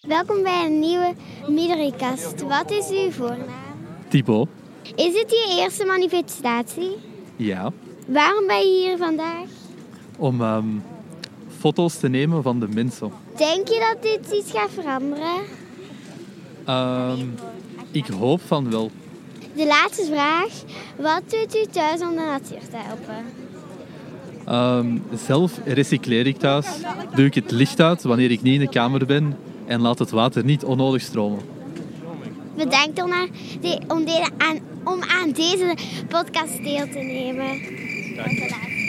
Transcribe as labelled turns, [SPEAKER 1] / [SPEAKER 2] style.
[SPEAKER 1] Welkom bij een nieuwe Midderikast. Wat is uw voornaam?
[SPEAKER 2] Typo.
[SPEAKER 1] Is het je eerste manifestatie?
[SPEAKER 2] Ja.
[SPEAKER 1] Waarom ben je hier vandaag?
[SPEAKER 2] Om ehm, foto's te nemen van de mensen.
[SPEAKER 1] Denk je dat dit iets gaat veranderen?
[SPEAKER 2] Ehm, ik hoop van wel.
[SPEAKER 1] De laatste vraag. Wat doet u thuis om de natuur te helpen?
[SPEAKER 2] Ehm, zelf recycleer ik thuis. Doe ik het licht uit wanneer ik niet in de kamer ben. En laat het water niet onnodig stromen.
[SPEAKER 1] Bedankt om aan, de- om, deze- aan, om aan deze podcast deel te nemen. Tot de laatste.